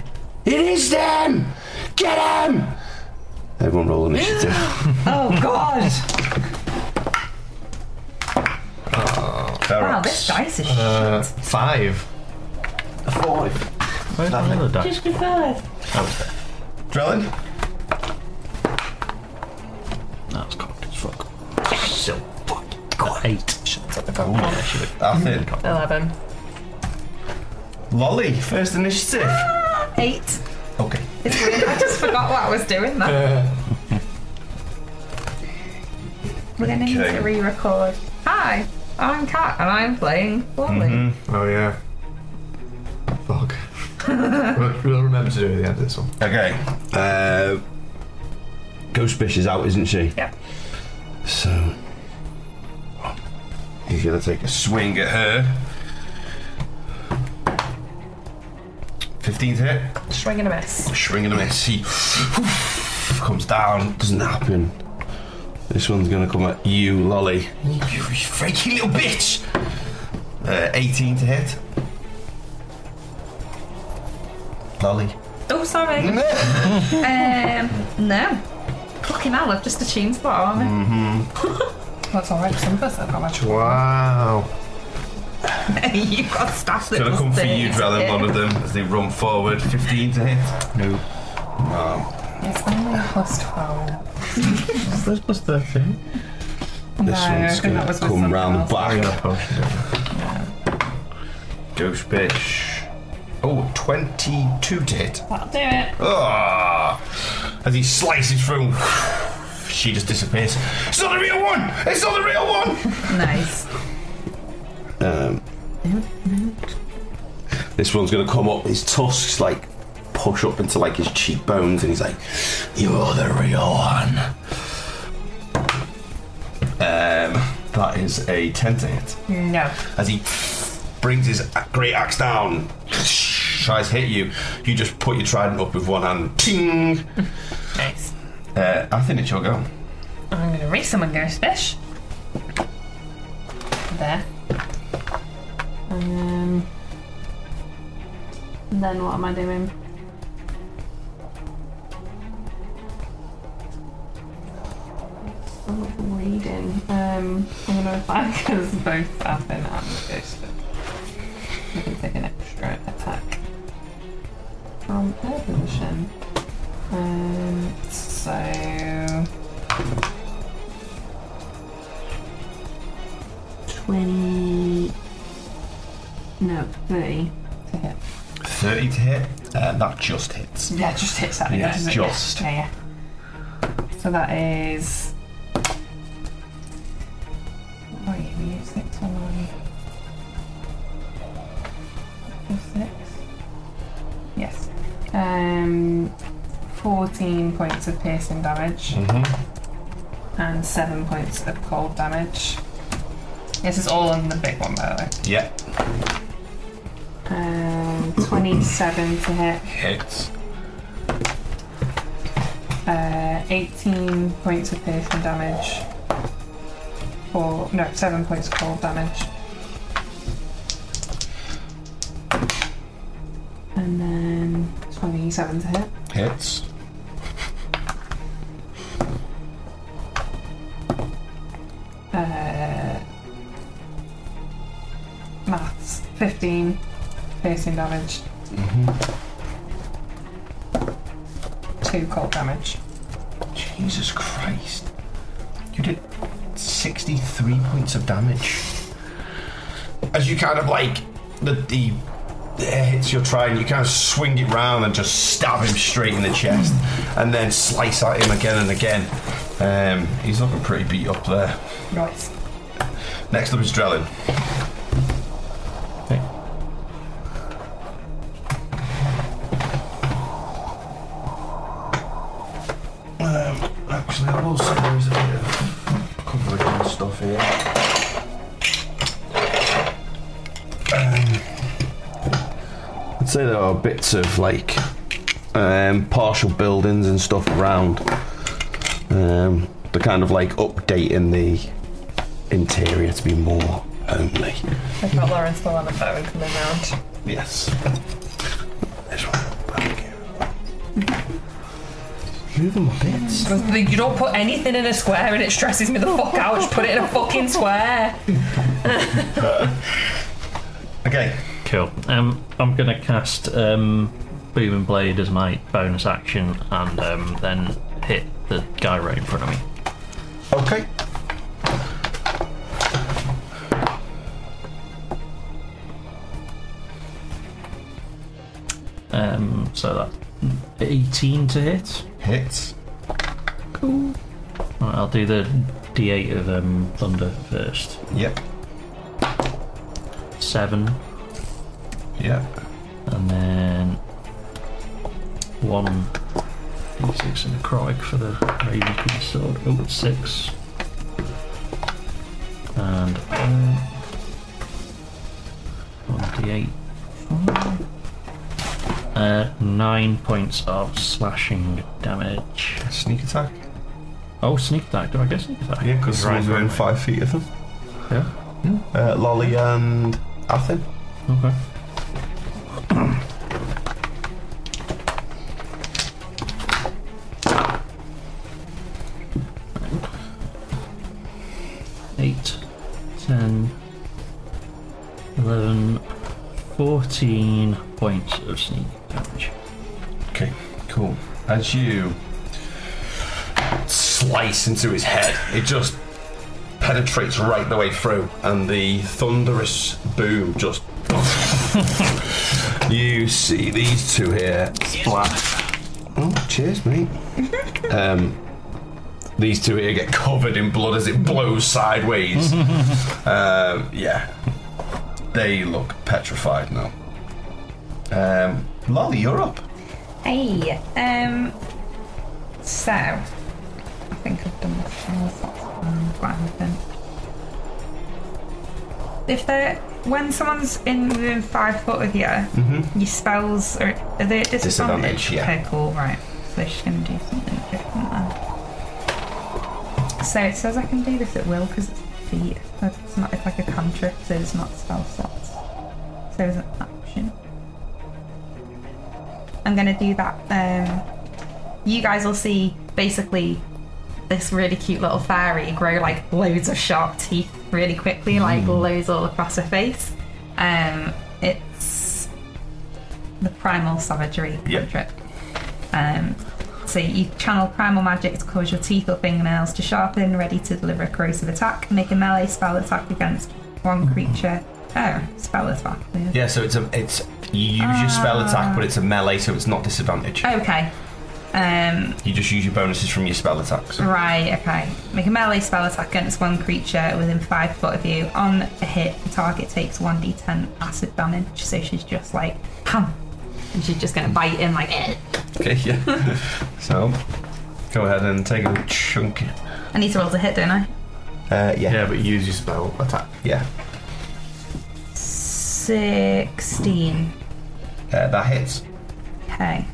E: It is them! Get them!" Everyone roll initiative.
C: Oh god. Wow, this dice is
L: uh, Five. A five.
G: Where's my other dice?
C: five.
E: Drellin?
G: That's cocked as fuck. So fuck. Eight.
E: Athen.
M: 11.
E: Lolly, first initiative.
C: Eight.
E: Okay.
C: It's weird. I just forgot what I was doing. That we're gonna need
E: okay.
C: to re-record. Hi, I'm Kat, and I'm playing
E: Mm-hmm.
C: Lolly.
L: Oh yeah. Fuck. We'll- we'll remember to do it at the end of this one.
E: Okay. Uh, Ghostbish is out, isn't she?
C: Yeah.
E: So. He's gonna take a swing at her. 15th hit.
M: Swing and a miss.
E: Swing and a miss. He comes down. Doesn't happen. This one's gonna come at you, Lolly. You freaky little bitch! Uh, 18 to hit. Lolly.
C: Oh, sorry. um, no. Fucking hell, I've just achieved that armor.
E: Mm-hmm.
C: That's alright. Some of us have got much.
E: Wow.
C: You've got stuff
E: It's
C: that's
E: gonna come for you, Drellin, one of them, as they run forward. 15 to hit. No. No.
M: It's only plus 12.
E: That's plus 13.
M: No,
E: This
M: I
E: one's
M: think
E: gonna
M: that was with
E: come round the
M: something
E: back. Ghost bitch. Oh, 22 to hit.
C: That'll do it.
E: Ah! As he slices through, she just disappears. It's not the real one! It's not the real one!
C: Nice.
E: Um, this one's gonna come up. His tusks like push up into like his cheekbones, and he's like, "You're the real one." Um, that is a ten to hit.
M: No.
E: As he brings his a- great axe down, tries to hit you. You just put your trident up with one hand. Ting.
M: Nice.
E: Uh, I think it's your go.
M: I'm gonna race someone ghost fish. There.
H: Um, and then what am I doing? Still reading. Um, I'm gonna reply because both Athen and Ghost. I can take an extra attack from her position. Um, so. 20. No, 30 to hit.
E: Thirty to hit. Uh, that just hits.
H: Yeah, it just hits that.
E: Yeah,
H: doesn't it?
E: just.
H: Yeah, yeah. So that is. What are you? Were you six or nine? Or Six. Yes. Um, fourteen points of piercing damage and seven points of cold damage. This is all on the big one, by the way.
E: Yeah.
H: Um, twenty-seven to hit.
E: Hits.
H: Uh, 18 points of piercing damage. Or, no, 7 points of cold damage. And then 27 to hit.
E: Hits.
H: Uh, maths, 15 piercing damage,
E: Mm-hmm.
H: 2 cold damage.
E: Jesus Christ. You did 63 points of damage. As you kind of like, the, the, the air hits your trident, you kind of swing it round and just stab him straight in the chest, and then slice at him again and again. Um, he's looking pretty beat up there.
H: Right.
E: Next up is Drellin. Um, actually, I will say there is a bit of cover against stuff here. Um, I'd say there are bits of like um, partial buildings and stuff around. Um, they're kind of like updating the interior to be more homely.
M: I've got Lauren still on a phone coming round.
E: Yes. This one back here.
K: do them my bits.
H: You don't put anything in a square and it stresses me the fuck out. Just put it in a fucking square.
D: Okay. Cool. Um, I'm gonna cast um, Boom and Blade as my bonus action, and um, then hit the guy right in front of me.
E: Okay.
D: Um, so that 18 to hit.
E: Hits.
D: Cool. Right, I'll do the D8 of um, thunder first.
E: Yep.
D: Seven.
E: Yep.
D: And then one d6 and a necrotic for the Raven Queen sword. Oh, it's six. And uh, one d8. Uh, nine points of slashing damage.
E: Sneak attack.
D: Oh, sneak attack. Do I get sneak attack?
E: Yeah, because
D: Right,
E: someone's within five feet of them.
D: Yeah.
E: Uh, Lolly and Athen.
D: Okay. Eight, ten, eleven, fourteen points of sneak damage.
E: Okay, cool. As you slice into his head, it just penetrates right the way through, and the thunderous boom just. you see these two here splat. Oh, cheers, mate. um, these two here get covered in blood as it blows sideways. um, yeah, they look petrified now. Um, Lolly, you're up.
C: Hey, um, so I think I've done this. That's fine. What happened? If they're when someone's in within five foot of you, your spells are, are they at disadvantage?
E: Disadvantage, yeah.
C: Okay, cool. Right, so she's gonna do something different. Then. So it says I can do this at will because it's feet. That's not it's like a cantrip, so it's not spell slots. So it's an action. I'm gonna do that. Um, you guys will see basically this really cute little fairy grow like loads of sharp teeth really quickly, like loads all across her face. Um, it's the primal savagery
E: Yep.
C: cantrip. Um, so you channel primal magic to cause your teeth or fingernails to sharpen, ready to deliver a corrosive attack. Make a melee spell attack against one creature. Oh, spell attack.
E: Yeah, so it's a it's you use your spell attack, but it's a melee, so it's not disadvantage.
C: Okay. Um,
E: You just use your bonuses from your spell attacks.
C: uh. Right, okay. Make a melee spell attack against one creature within five foot of you. On a hit, the target takes 1d10 acid damage, so she's just like, pam. And she's just gonna bite in, like, eh.
E: Okay, yeah. so go ahead and take a chunk.
C: I need to roll to hit, don't I?
E: Uh, yeah.
J: Yeah, but use your spell attack.
E: Yeah,
C: 16.
E: uh, that hits.
C: Okay.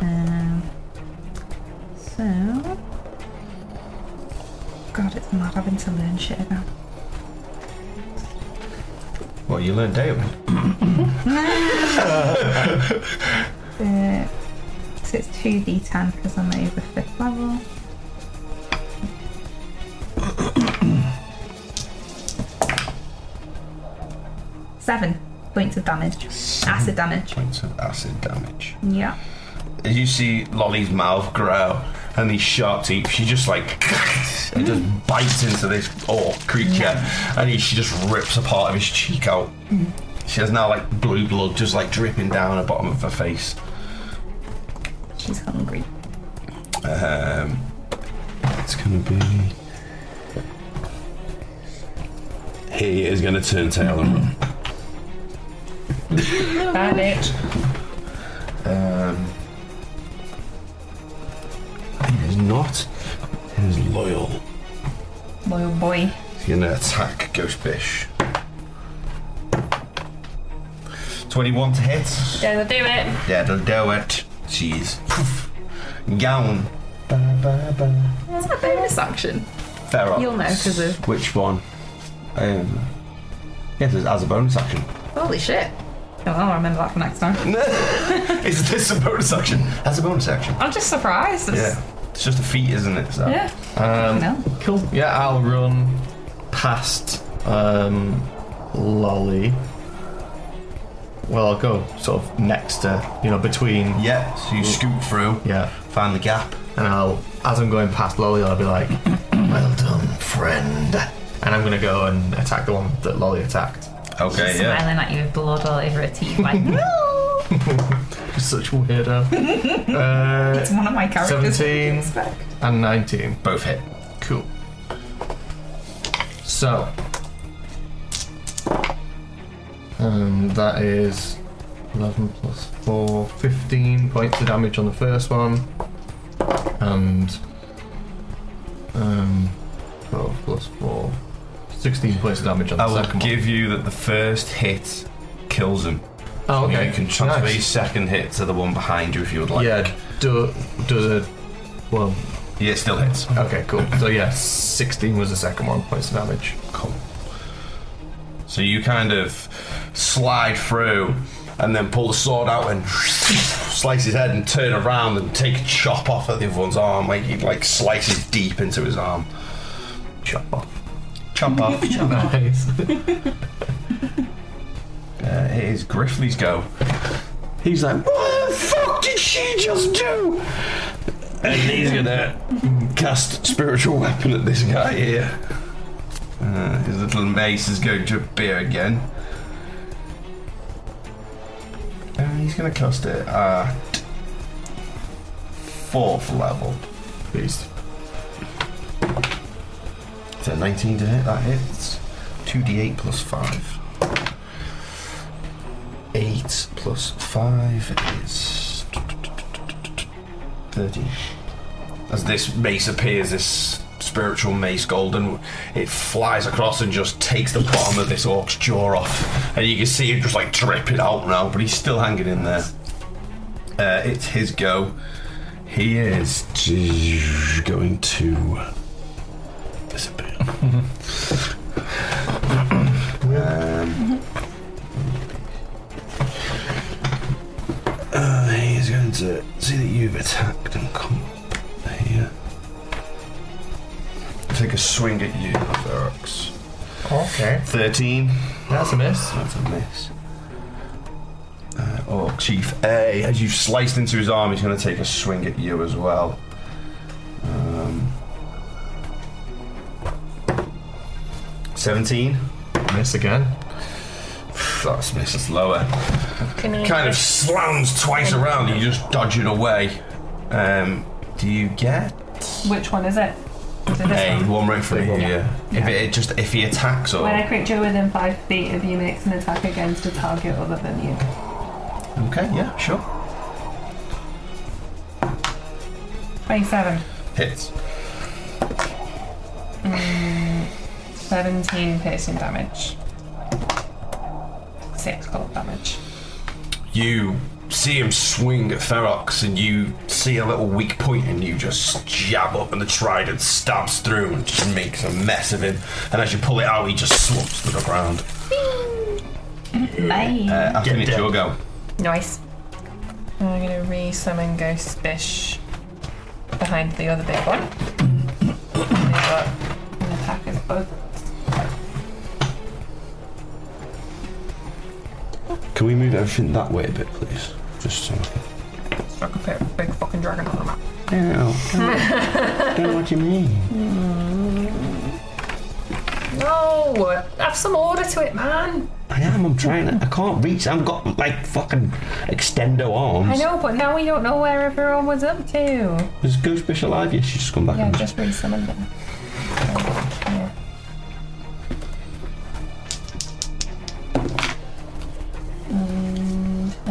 C: Um, so. God, it's mad having to learn shit again.
E: Well, you learn David.
C: Uh, so it's 2d10 because I'm over 5th level. Seven points of damage. Acid damage.
E: Points of acid damage.
C: Yeah.
E: As you see Lolly's mouth grow and these sharp teeth, she just like and just bites into this orc creature, and he, she just rips a part of his cheek out. She has now like blue blood just like dripping down the bottom of her face.
C: She's hungry.
E: Um, it's gonna be. He is gonna turn tail and run.
H: Bye, bitch.
E: Um, he is not. He is loyal.
C: Loyal Oh boy.
E: He's gonna attack Ghostbish. Twenty-one to hit.
H: Yeah, they'll do it.
E: That'll do it. Jeez. Poof. Gown.
C: Is that bonus action?
E: Feral.
C: You'll know 'cause of-
E: which one? Um, yeah, there's as a bonus action.
C: Holy shit. Oh, I'll remember that for next time.
E: Is this a bonus action? That's a bonus action.
C: I'm just surprised. It's-
E: Yeah. It's just a feat, isn't it? So.
C: Yeah.
L: Um,
C: No.
L: Cool. Yeah, I'll run past um, Lolly. Well, I'll go sort of next to, you know, between.
E: Yeah, so you scoot through.
L: Yeah.
E: Find the gap.
L: And I'll, as I'm going past Lolly, I'll be like, well done, friend. And I'm going to go and attack the one that Lolly attacked.
E: Okay,
C: She's Smiling at you with blood all over her teeth, like
L: Such a weirdo. uh,
C: it's one of my characters.
L: 17 and 19.
E: Both hit.
L: Cool. So. Um, that is 11 plus 4, 15 points of damage on the first one. And. Um, 12 plus 4, 16 points of damage on the
E: I will
L: second one.
E: give you that the first hit kills him.
L: Oh,
E: So
L: okay.
E: You can transfer
L: Nice.
E: your second hit to the one behind you if you would like.
L: yeah, do, does a. Well.
E: Yeah, it still hits.
L: Okay, cool. So, yeah, 16 was the second one, points of damage.
E: Cool. So you kind of slide through and then pull the sword out and slice his head and turn around and take a chop off at the other one's arm. Like he like slices deep into his arm. Chop off. Chop off.
L: Nice.
E: Uh, it is Griffley's go. He's like, what the fuck did she just do? And he's gonna cast spiritual weapon at this guy here. Uh, his little mace is going to appear again. And he's gonna cast it at fourth level.
L: Beast.
E: So 19 to hit, that hits. 2d8 plus 5. 8 plus 5 is 30. As this mace appears, this spiritual mace, golden, it flies across and just takes the bottom of this orc's jaw off. And you can see it just like dripping out now, but he's still hanging in there. Uh, it's his go. He is going to disappear. um, uh, he's going to see that you've attacked and come up here. Take a swing at you, Ferox.
L: Okay.
E: 13.
L: That's a miss.
E: That's a miss. Uh, Orc Chief A, as you've sliced into his arm, he's going to take a swing at you as well. Um, 17.
L: Miss again.
E: That's miss, it's lower.
H: Can I
E: Kind of slams twice around and you just dodge it away. Um, do you get
B: Which one is it? Is it
E: a
B: this one?
E: one right from here? Yeah. If it, it just if he attacks or
B: When a creature within five feet of you makes an attack against a target other than you.
E: okay, yeah, sure.
B: 27.
E: Hits.
B: Mm, 17 piercing damage. 6 cold damage.
E: you see him swing at Ferox and you see a little weak point and you just jab up and the trident stabs through and just makes a mess of him and as you pull it out he just slumps to the ground
H: Bye.
E: uh, I think it's your go
H: Nice. I'm gonna re-summon Ghost Fish behind the other big one. They've got an attack as both.
E: can we move everything that way a bit please just so
H: I could put a big fucking dragon on the map.
E: don't know what you mean
H: No, have some order to it, man.
K: I am. I'm trying. to- I can't reach. I've got like fucking extendo arms.
H: I know, but now we don't know where everyone was up to.
K: Is Ghostfish alive? Yeah, she's just come back.
H: Yeah,
K: and
H: just re-summoned them. Yeah.
B: Mm,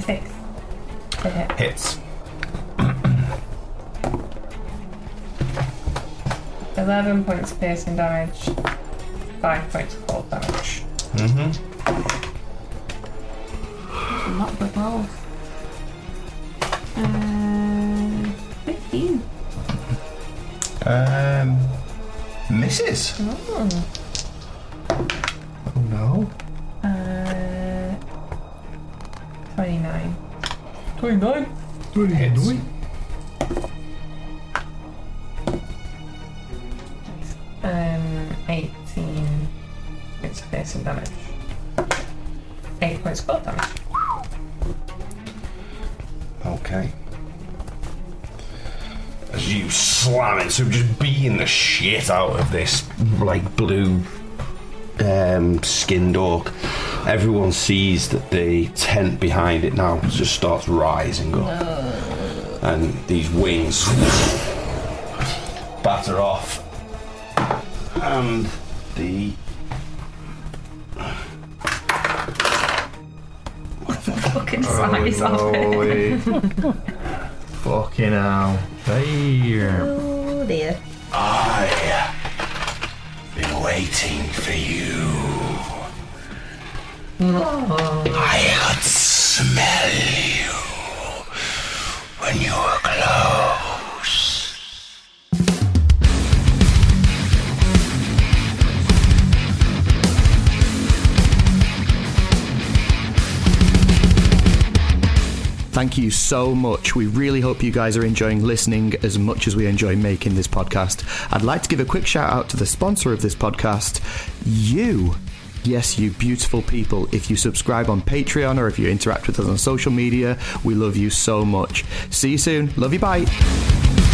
B: 26. To hit.
E: hits
B: 11 points of piercing damage. 5 points of cold damage.
E: mm-hmm
B: Not good rolls. Uh, 15.
E: um misses
B: Oh.
E: oh no
B: Uh,
J: 29.
H: Um, 18 points of piercing damage. 8 points of cold damage.
E: Okay. As you slam it, so just beating the shit out of this like blue um, skinned orc. Everyone sees that the tent behind it now just starts rising up, and these wings batter off, and the
L: Oh,
C: Fucking size of it.
L: Fucking hell. There.
C: oh dear.
E: I been waiting for you. I could smell you when you were close.
A: Thank you so much. We really hope you guys are enjoying listening as much as we enjoy making this podcast. I'd like to give a quick shout out to the sponsor of this podcast, you. Yes, you beautiful people. If you subscribe on Patreon or if you interact with us on social media, we love you so much. See you soon. Love you. Bye.